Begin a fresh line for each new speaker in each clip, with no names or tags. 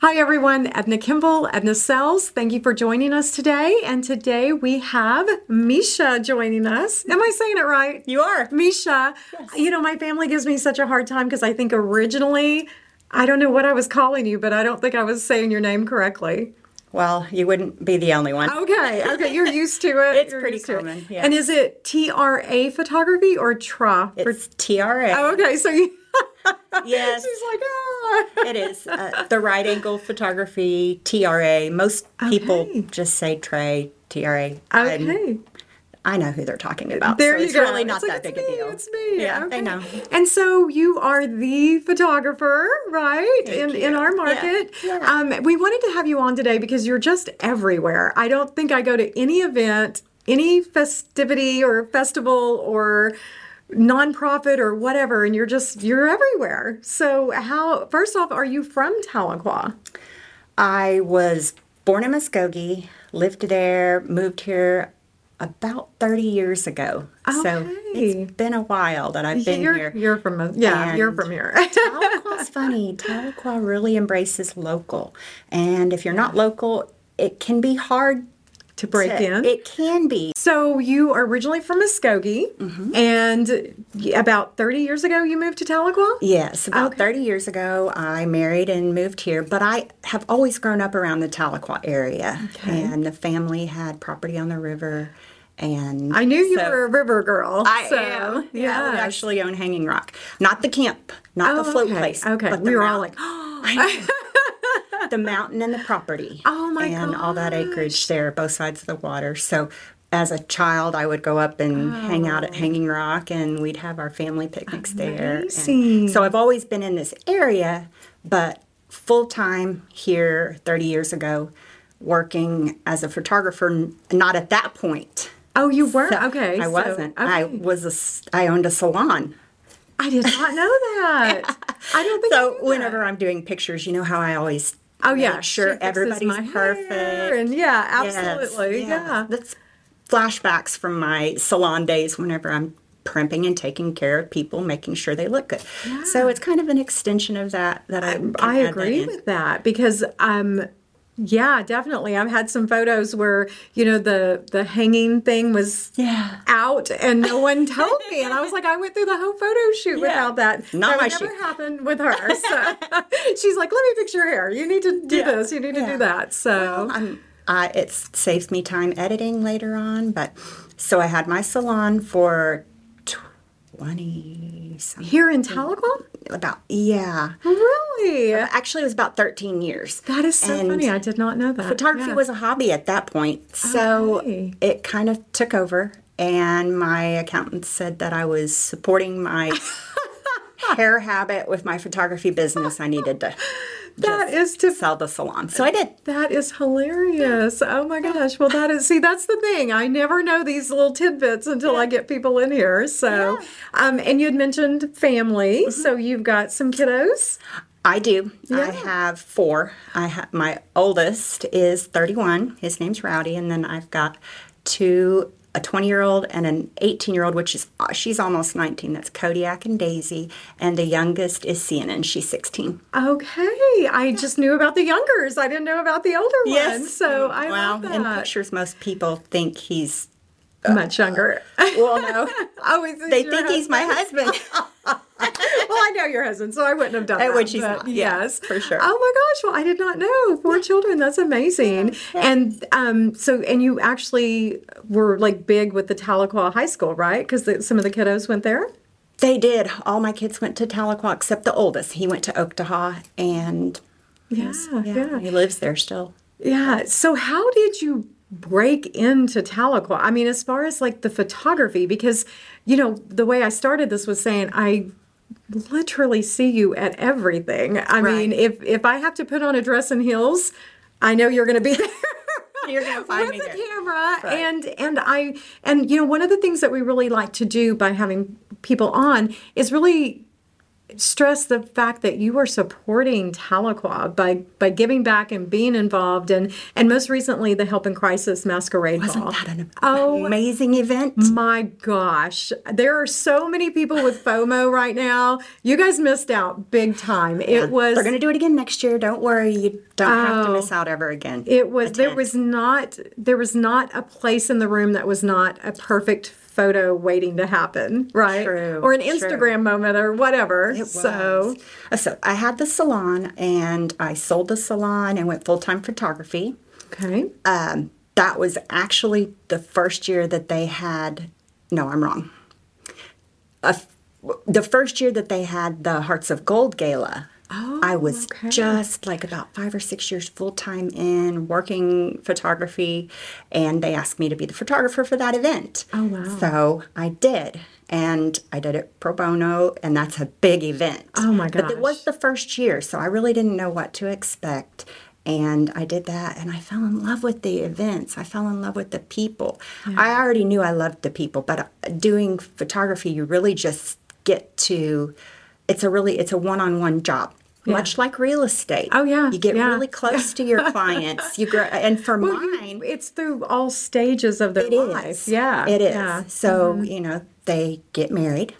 Hi, everyone. Edna Kimball, Edna Sells. Thank you for joining us today. And today we have Misha joining us. Am I saying it right?
You are.
Misha, you know, my family gives me such a hard time because I think originally, I don't know what I was calling you, but I don't think I was saying your name correctly.
Well, you wouldn't be the only one.
Oh. Okay, okay, you're used to it.
It's
You're
pretty
used to it.
common, yeah.
And is it TRA photography or TRA?
It's TRA.
Oh, okay, so you, Oh.
Yes,
she's like, ah.
it is. Uh, the right angle photography, TRA. Most
Okay.
people just say Trey, TRA. and
Okay.
I know who they're talking about.
There
so
you
it's
go.
really not
It's like,
that
"It's
big a
me,
deal.
It's me.
Yeah, I
okay.
know.
And so you are the photographer, right? in in our market. Um, we wanted to have you on today because you're just everywhere. I don't think I go to any event, any festivity or festival or nonprofit or whatever, and you're just you're everywhere. So how first off, are you from Tahlequah?
I was born in Muskogee, lived there, moved here about 30 years ago. So
Okay.
it's been a while that I've been
you're
here.
you're from Mus- yeah, you're
And-
from here.
Tahlequah's funny. Tahlequah really embraces local. And if you're not local, it can be hard
to break
to-
in.
It can be.
So you are originally from Muskogee,
Mm-hmm.
and y- about 30 years ago you moved to Tahlequah.
Yes, about 30 years ago, I married and moved here, but I have always grown up around the Tahlequah area. And the family had property on the river. And
I knew you
so-
were a river girl.
I
so,
am. Yeah, we
yes.
actually own Hanging Rock, not the camp, not
Oh,
the float
okay,
place.
Okay,
but the
we were all like,
mount-
oh,
the mountain and the property.
Oh, my
And all that acreage there, both sides of the water. So as a child, I would go up and hang out
Oh.
at Hanging Rock, and we'd have our family picnics there. And
Amazing.
so I've always been in this area, but full time here 30 years ago, working as a photographer. n- Not at that point.
Oh, you were
So
okay.
I
so-
wasn't.
okay.
I
I,
was a s I owned a salon.
did not know that. I don't think. I
So
knew
whenever
that.
I'm doing pictures, you know how I always
oh yeah,
make
she
sure
fixes
everybody's
my hair,
perfect.
and yeah,
Yes,
absolutely, yeah.
That's flashbacks from my salon days whenever I'm primping and taking care of people, making sure they look good. So it's kind of an extension of that that I can
I
add that
agree
in.
with that because um yeah, definitely. I've had some photos where, you know, the the hanging thing was
Yeah.
out and no one told me. And I was like, I went through the whole photo shoot without that.
Not
that
my
would never
shoot.
happened with her. So she's like, Let me fix your hair. You need to do
Yeah.
this, you need to
Yeah.
do that. So
I'm, Um, I, it saves me time editing later on, but so I had my salon for 20 something,
here in Tahlequah?
about, yeah.
Really?
Actually, it was about 13 years.
That is so
And
funny. I did not know that.
Photography
Yeah.
was a hobby at that point, so
Okay.
it kind of took over. And my accountant said that I was supporting my hair habit with my photography business. I needed to
That
just
is to
sell the salon, so I did.
That is hilarious. Oh my gosh. Well, that is, see, that's the thing. I never know these little tidbits until I get people in here. So, um, and you had mentioned family.
Mm-hmm.
So you've got some kiddos.
I do. I
Yeah.
have four. I ha- my oldest is 31. His name's Rowdy, and then I've got two a 20 year old and an 18 year old, which is uh, she's almost 19. That's Kodiak and Daisy, and the youngest is Sienna, and she's 16.
Okay. I just knew about the youngers. I didn't know about the older ones. So I
Mm. wow.
love
In
that.
pictures, most people think he's
Much younger.
well, no,
Oh, is this
they
your
think he's my husband.
well, I know your husband, so I wouldn't have done that.
which he's
but
not, yeah,
yes,
for sure.
Oh my gosh! Well, I did not know four children. That's amazing. And um, so and you actually were like big with the Tahlequah High School, right? Because some of the kiddos went there.
they did. All my kids went to Tahlequah except the oldest. He went to Oktaha, and
Yes.
Oh, yeah,
yeah,
he lives there still.
yeah. So how did you? break into Tahlequah. I mean as far as like the photography because you know the way I started this was saying I literally see you at everything. I mean if if I have to put on a dress and heels, I know you're going to be there.
You're gonna find
with
me
the
there.
camera and and I and you know one of the things that we really like to do by having people on is really stress the fact that you are supporting Tahlequah by by giving back and being involved and and most recently the Help in Crisis Masquerade
Wasn't
Ball.
that an
Oh.
amazing event?
My gosh, there are so many people with FOMO right now. You guys missed out big time. It was
They're going to do it again next year. Don't worry. You don't have to
Oh.
miss out ever again.
it was there
Attend.
was not there was not a place in the room that was not a perfect photo waiting to happen, right?
True,
or an
true.
Instagram moment or whatever.
It
So
was. Uh, so I had the salon and I sold the salon and went full time photography.
okay.
Um, that was actually the first year that they had, no, I'm wrong. A f- the first year that they had the Hearts of Gold Gala. I was
Oh, okay.
just like about five or six years full time in working photography, and they asked me to be the photographer for that event.
Oh, wow.
So I did, and I did it pro bono, and that's a big event.
Oh, my
But it was
gosh.
the first year, so I really didn't know what to expect. And I did that, and I fell in love with the events. I fell in love with the people. I already knew I loved the people, but uh, doing photography, you really just get to. It's a really it's a one-on-one job, much like real estate.
Oh, yeah,
you get
yeah.
really close to your clients. You grow, and for mine,
It's through all stages of their
it is.
life. Yeah.
It is.
Yeah. Mm-hmm.
So, you know, they get married,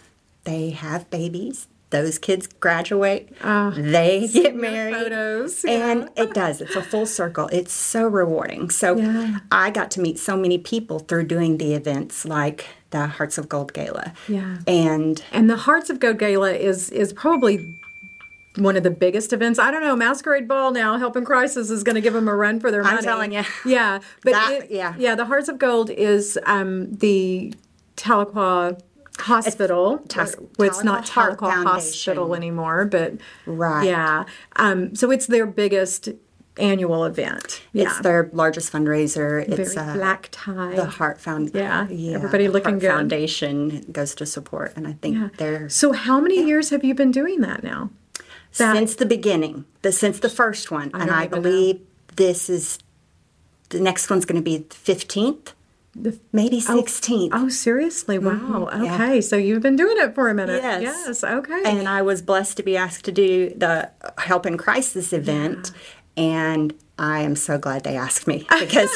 they have babies, those kids graduate,
Ah,
they get married.
photos,
And it does. It's a full circle. It's so rewarding. So
Yeah.
I got to meet so many people through doing the events like the Hearts of Gold Gala.
Yeah.
And
And the Hearts of Goat Gala is is probably one of the biggest events. I don't know. Masquerade Ball now, Help in Crisis is going to give them a run for their money.
telling you.
Yeah, but
That-
it-
yeah.
yeah. The Hearts of Gold is um, the Tahlequah Hospital.
Tas-
well, it's not
Tahlequah Heart
Tahlequah Hospital
Foundation.
anymore, but
Right.
Yeah. Um, so it's their biggest annual event. Yeah.
it's their largest fundraiser. it's
Very
uh,
black tie.
the Heart Foundation.
Yeah, everybody
the
looking
Heart
good.
Foundation goes to support, and I think they're
so how many years have you been doing that now? That-
since the beginning, the since the first one, and
don't
I
even
believe this is the next one's going to be the fifteenth,
The
maybe sixteenth.
Oh, seriously? Wow.
Mm-hmm. yeah.
Okay. So you've been doing it for a minute.
Yes.
Yes. Okay.
And I was blessed to be asked to do the Help in Crisis event, and I am so glad they asked me because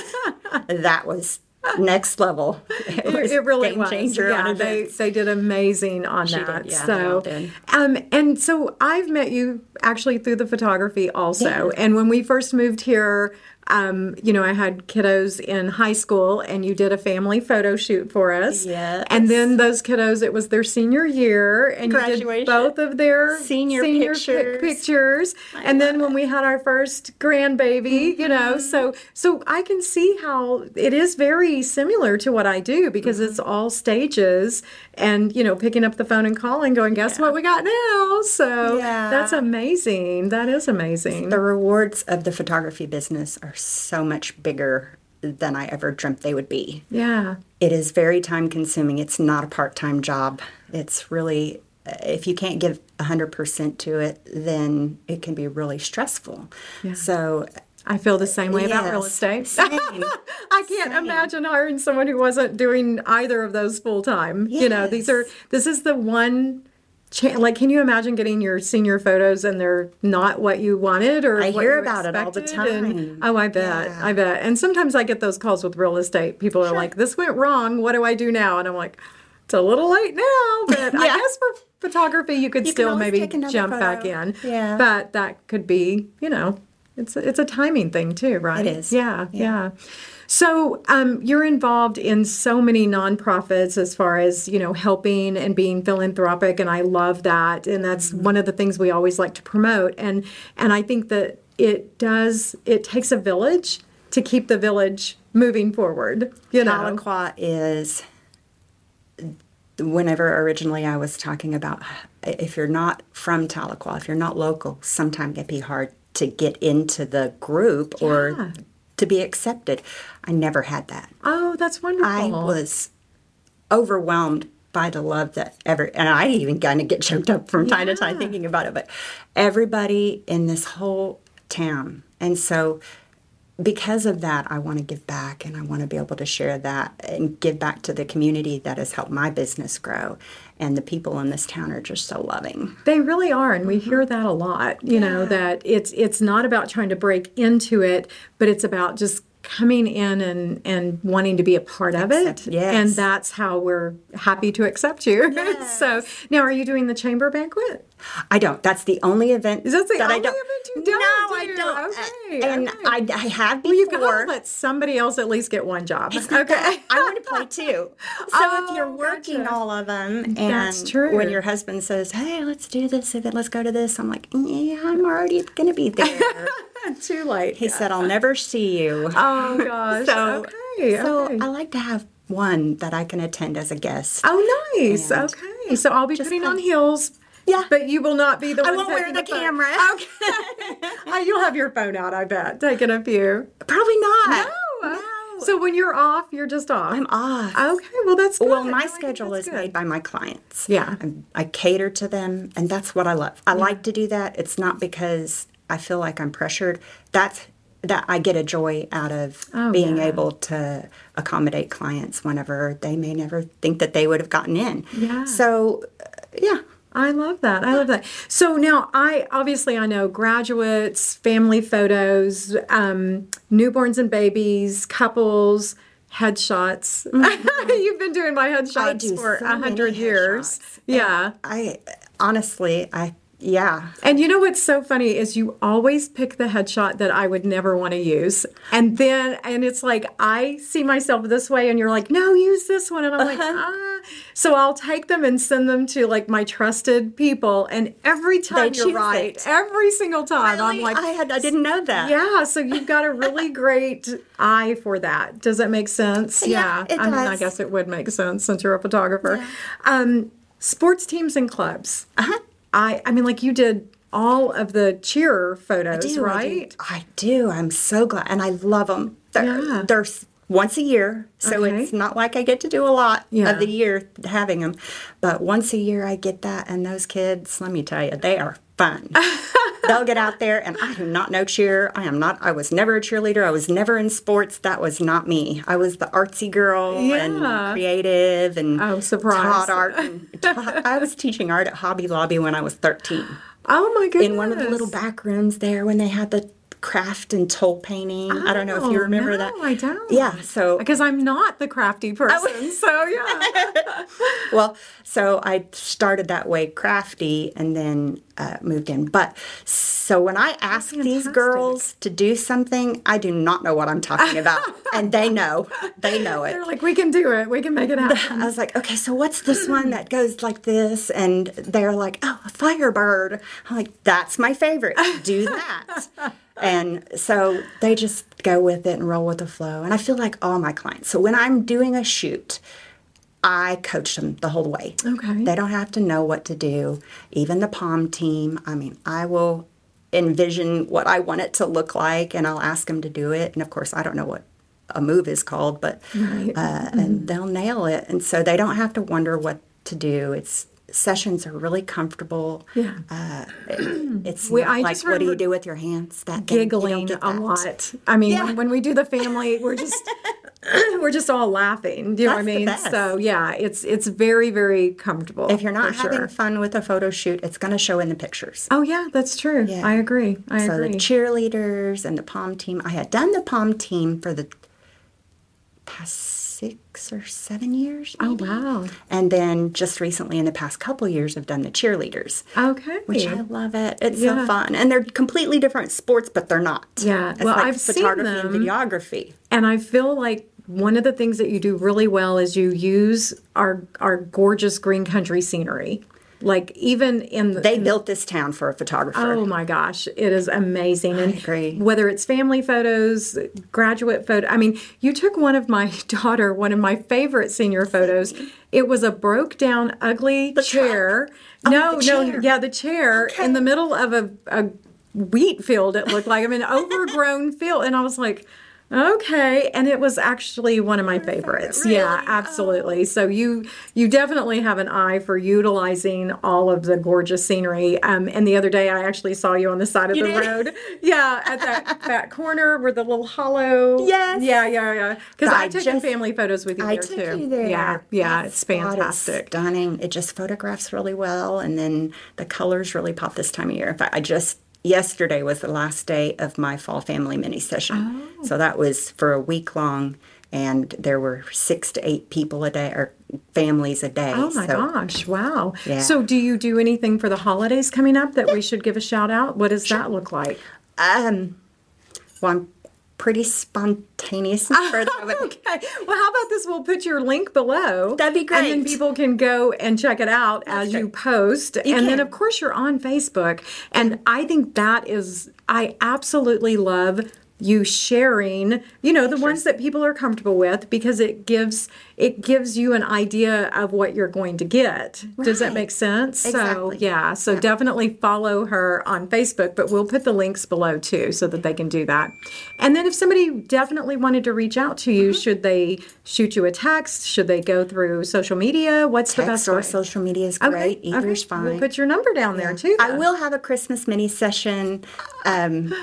that was next level.
it, it really
game
was.
changer
yeah,
on
they,
events.
they did amazing on
did,
that.
yeah, they all
so,
did.
um, and so I've met you actually through the photography also. And when we first moved here, um, you know, I had kiddos in high school, and you did a family photo shoot for us.
Yes.
And then those kiddos, it was their senior year, and you
Graduation.
did both of their
Senior
pic-
pictures.
pictures. and then when we had our first grandbaby, you know,
Mm-hmm.
so so I can see how it is very similar to what I do because it's
Mm-hmm.
all stages and you know, picking up the phone and calling, going, guess what we got now? So
Yeah.
that's amazing. That is amazing.
The rewards of the photography business are so much bigger than I ever dreamt they would be.
Yeah.
It is very time consuming. It's not a part time job. It's really, if you can't give 100% to it, then it can be really stressful. So,
I feel the same way about real
Yes.
estate.
Same.
I can't imagine hiring someone who wasn't doing either of those full time. You know, these are this is the one. Cha- like, can you imagine getting your senior photos and they're not what you wanted or
I
what
hear
you
about it all the
expected? And-
time.
oh, I bet, I bet. And sometimes I get those calls with real estate. People are like, "This went wrong. What do I do now?" And I'm like, "It's a little late now, but I
Yeah.
guess for photography, you could
You can
still
always
maybe
take another
jump back
photo.
in.
Yeah.
but but that could be you know it's a, it's a timing thing too right
It is.
yeah yeah, so um, you're involved in so many nonprofits as far as you know helping and being philanthropic and i love that and that's one of the things we always like to promote and and i think that it does it takes a village to keep the village moving forward you know
Tahlequah is whenever originally I was talking about if you're not from Tahlequah, if you're not local, sometimes it can be hard to get into the group or to be accepted. I never had that.
oh that's wonderful
I was overwhelmed by the love that every and I even kind of get choked up from time to time thinking about it, but everybody in this whole town. And so because of that, I want to give back and I want to be able to share that and give back to the community that has helped my business grow. and the people in this town are just so loving.
They really are, and we hear
Mm-hmm.
that a lot. You know that it's it's not about trying to break into it, but it's about just coming in and and wanting to be a part of it.
yes.
And that's how we're happy to accept you. so now, are you doing the chamber banquet?
I don't. That's the only event.
Is that the
that I
only
don't,
event you don't
No, I
do?
don't.
Okay,
and
okay.
I, I have before.
Well, you've got to let somebody else at least get one job. Okay.
I want to play too. So if you're
Oh,
working
gotcha.
all of them, and
That's true.
when your husband says, "Hey, let's do this," and then let's go to this, I'm like, "Yeah, I'm already going to be there."
Too late.
he said, "I'll never see you."
Oh gosh.
so,
okay.
so
okay.
I like to have one that I can attend as a guest.
Oh, nice.
And-
okay. So I'll be putting on
like-
heels.
Yeah.
But you will not be the one.
I won't wear
taking
the
photo.
camera.
Uh, You'll have your phone out, I bet, taking a few.
Probably not.
No. So when you're off, you're just off.
Oh, I'm off.
Okay. Well, that's good.
Well,
No, I
my
think
schedule
that's
is
good.
made by my clients.
Yeah.
I'm- I, cater to them, and that's what I love. I like to do that. It's not because I feel like I'm pressured. That's that I get a joy out of
Oh,
being
yeah.
able to accommodate clients whenever they may never think that they would have gotten in.
Yeah.
So, uh, yeah.
I love that. I love that. So now I obviously I know graduates, family photos, um, newborns and babies, couples, headshots. You've been doing my
Mm-hmm. I
headshots
do
for a
so many
hundred years.
headshots.
Yeah.
I honestly, I yeah.
And you know what's so funny is you always pick the headshot that I would never want to use. And then, and it's like, I see myself this way, and you're like, no, use this one. And I'm like,
Uh-huh.
ah. So I'll take them and send them to like my trusted people. And every time you're
choose
right,
it.
every single time, I'm like,
I had I didn't know that.
yeah, so you've got a really great eye for that. Does that make sense?
Yeah, it
I mean, I
does.
guess it would make sense since you're a photographer. Um, sports teams and clubs. Uh-huh. I, I mean, like you did all of the cheer photos,
do, I do.
right?
I do. I'm so glad, and I love them. They're,
Yeah.
they're s- once a year, so
Okay.
it's not like I get to do a lot
Yeah.
of the year having them, but once a year I get that, and those kids, let me tell you, they are fun. They'll get out there, and I do not know cheer. I am not. I was never a cheerleader. I was never in sports. That was not me. I was the artsy girl
Yeah.
and creative, and
Oh, surprise.
taught art. And taught, I was teaching art at Hobby Lobby when I was thirteen
Oh my goodness.
in one of the little back rooms there when they had the craft and toll painting. I don't know if you
Oh,
remember
no,
that.
I don't.
Yeah, so
Because I'm not the crafty person, so yeah.
well, so I started that way crafty and then uh, moved in. But so when I ask these
fantastic.
girls to do something, I do not know what I'm talking about, and they know. They know it.
They're like, we can do it. We can make it happen.
I was like, okay, so what's this one that goes like this? And they're like, oh, a firebird. I'm like, that's my favorite. Do that. and so they just go with it and roll with the flow. And I feel like all my clients. So when I'm doing a shoot, I coach them the whole way.
Okay.
They don't have to know what to do. Even the palm team, I mean, I will envision what I want it to look like and I'll ask them to do it. And of course, I don't know what a move is called, but
Right. Mm-hmm.
uh, and they'll nail it. And so they don't have to wonder what to do. It's sessions are really comfortable.
Yeah.
Uh, it- it's
We-
not
I
like
just
what do you
remember
do with your hands? That thing. You don't
giggling
get
a
that.
lot. I mean,
Yeah.
when, when we do the family, we're just we're just all laughing. Do you
That's the
know what I mean?
best.
So yeah, it's it's very very comfortable.
If you're not
for
having
sure.
fun with a photo shoot, it's going to show in the pictures.
oh yeah, that's true.
Yeah.
I agree. I
so the
agree.
cheerleaders and the palm team. I had done the palm team for the past six or seven years.
oh
maybe.
wow.
And then just recently, in the past couple years, I've done the cheerleaders.
Okay.
Which I love it. It's
Yeah.
so fun, and they're completely different sports, but they're not.
Yeah.
it's
Well,
like
I've seen
photography
them.
and videography.
And I feel like one of the things that you do really well is you use our our gorgeous green country scenery. Like even in the
They built this town for a photographer.
Oh my gosh, it is amazing. And
agree.
whether it's family photos, graduate photo, I mean, you took one of my daughter, one of my favorite senior photos. It was a broke down, ugly chair. no,
Oh, the
no,
chair.
yeah, the chair in the middle of a, a wheat field, it looked like. I mean, overgrown field. And I was like, Okay, and it was actually one of my favorites.
Really?
Yeah, absolutely.
Oh.
So you you definitely have an eye for utilizing all of the gorgeous scenery. Um, and the other day, I actually saw you on the side of the
did?
road. Yeah, at that that corner where the little hollow.
Yes.
Yeah, yeah, yeah. Because
I
I've taken
just-
family photos with you
I
there
took
too.
you there.
Yeah, yeah,
That
it's
spot is
fantastic.
stunning. It just photographs really well, and then the colors really pop this time of year. In fact, I just yesterday was the last day of my fall family mini session,
Oh.
so that was for a week long, and there were six to eight people a day or families a day.
Oh my
so
gosh! Wow.
Yeah.
So, do you do anything for the holidays coming up that we should give a shout out? What does that look like?
Um, well, I'm pretty spontaneous and for the moment.
Okay. Well, how about this? We'll put your link below.
That'd be
And then
great.
people can go and check it out as you post. and then,
can.
of course, you're on Facebook. And I think that is, I absolutely love you sharing you know the ones that people are comfortable with because it gives it gives you an idea of what you're going to get does that
Right.
make sense so
Exactly.
yeah so definitely follow her on facebook but we'll put the links below too so that they can do that and then if somebody definitely wanted to reach out to
Mm-hmm.
you should they shoot you a text should they go through social media what's the best
Text or
way?
social media is
Okay,
great. Either
okay.
is fine.
We'll put your number down there too.
I
then.
will have a Christmas mini session. Um,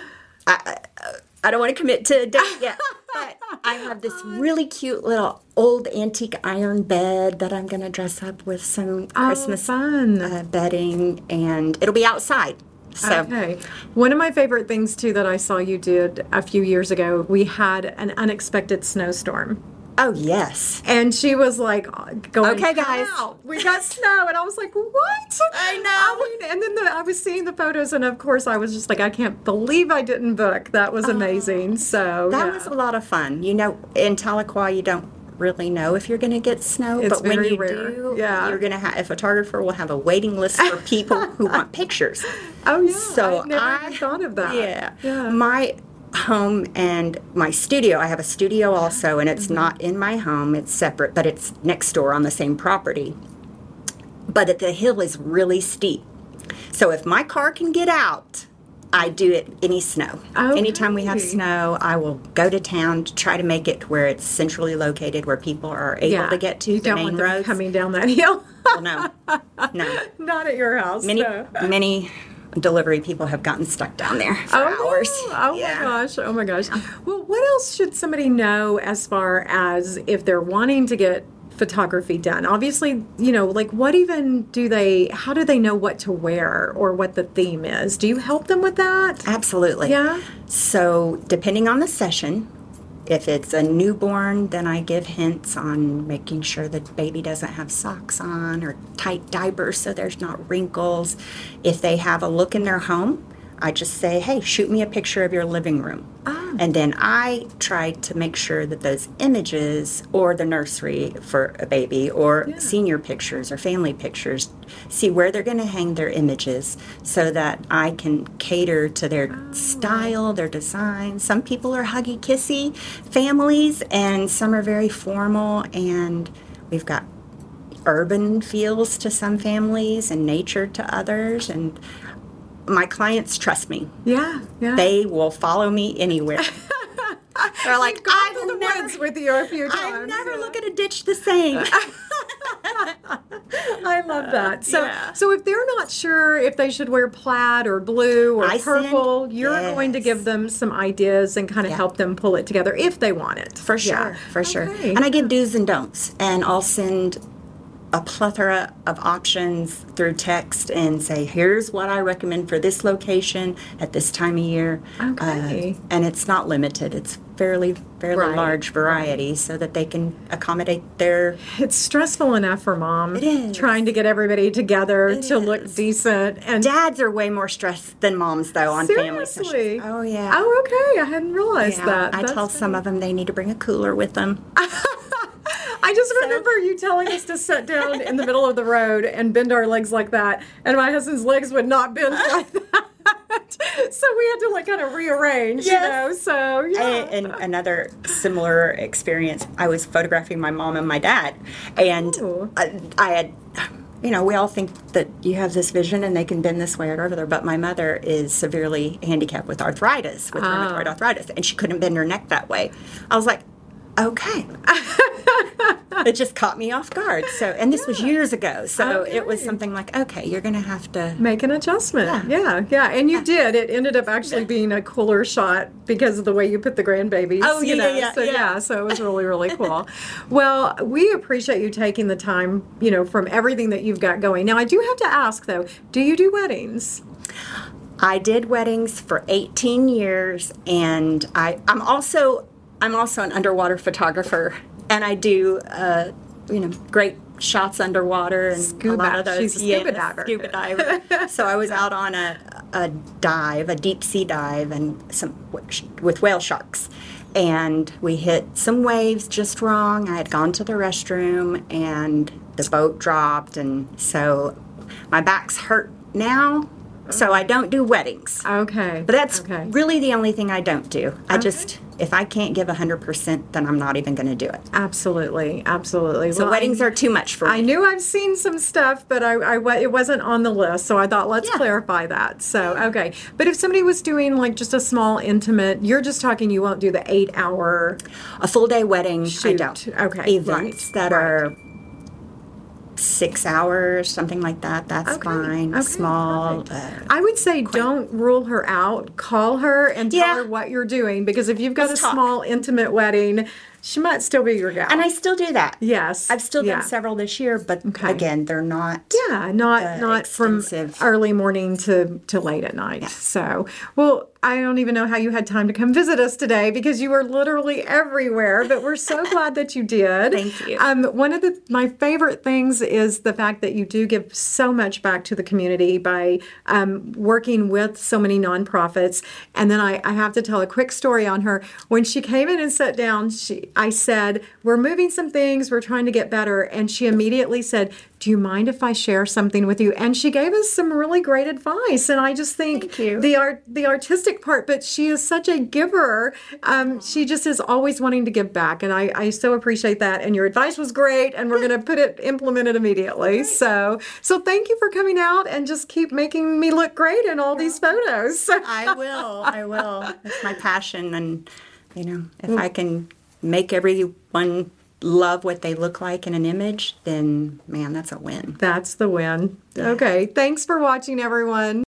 I, I, I don't want to commit to a date yet, but I have this really cute little old antique iron bed that I'm going to dress up with some Christmas
Oh, fun.
Uh, bedding, and it'll be outside. So
Okay. One of my favorite things too that I saw you did a few years ago, we had an unexpected snowstorm.
oh yes,
And she was like, going,
Okay,
"Come
guys."
out. we got snow. And I was like, what?
I know.
I mean, and then the, I was seeing the photos, and of course, I was just like, I can't believe I didn't book. That was amazing. so,
Oh, that
yeah.
was a lot of fun. You know, in Tahlequah, you don't really know if you're going to get snow,
It's
but when
very
you
rare.
do,
Yeah.
you're going to have a photographer will have a waiting list for people who want pictures.
oh, yeah.
So
I never
I
had thought of that.
Yeah.
Yeah.
My home and my studio, I have a studio also, and it's
Mm-hmm.
not in my home, it's separate, but it's next door on the same property. But the hill is really steep. So if my car can get out, I do it any snow. Anytime we have
Okay.
snow, I will go to town to try to make it where it's centrally located, where people are able
Yeah.
to get to
you
the
don't
main
want them
roads.
coming down that hill.
Well, no, no.
Not at your house.
Many,
no.
many delivery people have gotten stuck down there for
no.
hours.
Oh my gosh. Oh my gosh. Well, what else should somebody know as far as if they're wanting to get photography done? Obviously, you know, like what even do they how do they know what to wear or what the theme is? Do you help them with that?
Absolutely.
Yeah.
So, depending on the session, if it's a newborn, then I give hints on making sure the baby doesn't have socks on or tight diapers so there's not wrinkles. If they have a look in their home, I just say, hey, shoot me a picture of your living room. And then I try to make sure that those images or the nursery for a baby or senior pictures or family pictures, see where they're going to hang their images so that I can cater to their
Ah.
style, their design. Some people are huggy kissy families, and some are very formal, and we've got urban feels to some families and nature to others. And my clients trust me
Yeah. Yeah.
they will follow me anywhere. They're like,
I've
I've
been in the
never,
woods with you a few times.
I've never
yeah.
look at a ditch the same.
I love that. So,
yeah.
so if they're not sure if they should wear plaid or blue or
I send-
purple, you're going to give
yes.
them some ideas and kind of help them pull it together if they want it.
for sure,
Yeah.
for sure.
Okay.
And I give do's and don'ts, and I'll send a plethora of options through text and say, here's what I recommend for this location at this time of year. Uh,
Okay.
and it's not limited. It's fairly fairly
Right,
large variety so that they can accommodate their
it's stressful enough for mom it
is.
trying to get everybody together to look decent and
dads are way more stressed than moms though on family sessions.
seriously.
Oh yeah.
Oh, okay. I hadn't realized
Yeah,
that.
I
That's
tell some of them they need to bring a cooler with them.
I just remember you telling us to sit down in the middle of the road and bend our legs like that, and my husband's legs would not bend like that. so we had to like kind of rearrange, you know.
Yes.
So yeah.
And, and another similar experience, I was photographing my mom and my dad, and
Ooh.
I, I had. you know, we all think that you have this vision and they can bend this way or whatever, but my mother is severely handicapped with arthritis, with
Ah.
rheumatoid arthritis, and she couldn't bend her neck that way. I was like, okay. it just caught me off guard. So, and this was years ago. So it was something like, okay, you're going to have to.
Make an adjustment. Yeah, yeah. And you did. It ended up actually being a cooler shot because of the way you put the grandbabies.
Oh,
you
yeah,
know.
yeah,
so
yeah.
so it was really, really cool. well, we appreciate you taking the time, you know, from everything that you've got going. Now I do have to ask though, do you do weddings?
I did weddings for 18 years, and I, I'm also I'm also an underwater photographer, and I do uh, you know great shots underwater and a
Scuba.
lot of those.
She's a
yeah,
scuba diver.
Scuba diver. so I was out on a, a dive, a deep sea dive, and some with whale sharks, and we hit some waves just wrong. I had gone to the restroom, and the boat dropped, and so my back's hurt now. So I don't do weddings.
Okay.
But that's
okay.
really the only thing I don't do. I just, if I can't give 100%, then I'm not even going to do it.
absolutely, absolutely.
So weddings are too much for
I
me.
knew I've seen some stuff, but I, I wa- it wasn't on the list, so I thought let's
Yeah.
clarify that. So okay, but if somebody was doing like just a small intimate, you're just talking you won't do the eight hour.
A full day wedding, I
Shoot.
don't.
Okay,
Events
right,
that
right.
are six hours, something like that, that's fine.
okay,
Small. Uh,
I would say don't rule her out. Call her and tell
Yeah.
her what you're doing because if you've got
Let's
a
talk.
small intimate wedding, she might still be your gal.
and I still do that.
yes,
I've still
yeah.
done several this year, but
Okay.
again, they're not.
Yeah, not not
extensive.
from early morning to to late at night. So, well, I don't even know how you had time to come visit us today because you were literally everywhere. But we're so glad that you did.
Thank you.
Um, one of the my favorite things is the fact that you do give so much back to the community by um, working with so many nonprofits. And then I, I have to tell a quick story on her. When she came in and sat down, she I said, "We're moving some things. We're trying to get better." And she immediately said, "Do you mind if I share something with you?" And she gave us some really great advice. And I just think
Thank you.
the the art the artistic part but she is such a giver um, she just is always wanting to give back and I, I so appreciate that and your advice was great and we're going to put it implement it immediately so so thank you for coming out and just keep making me look great in all these photos
I will. I will. It's my passion, and you know, if I can make everyone love what they look like in an image, then man, that's a win.
that's the win okay thanks for watching everyone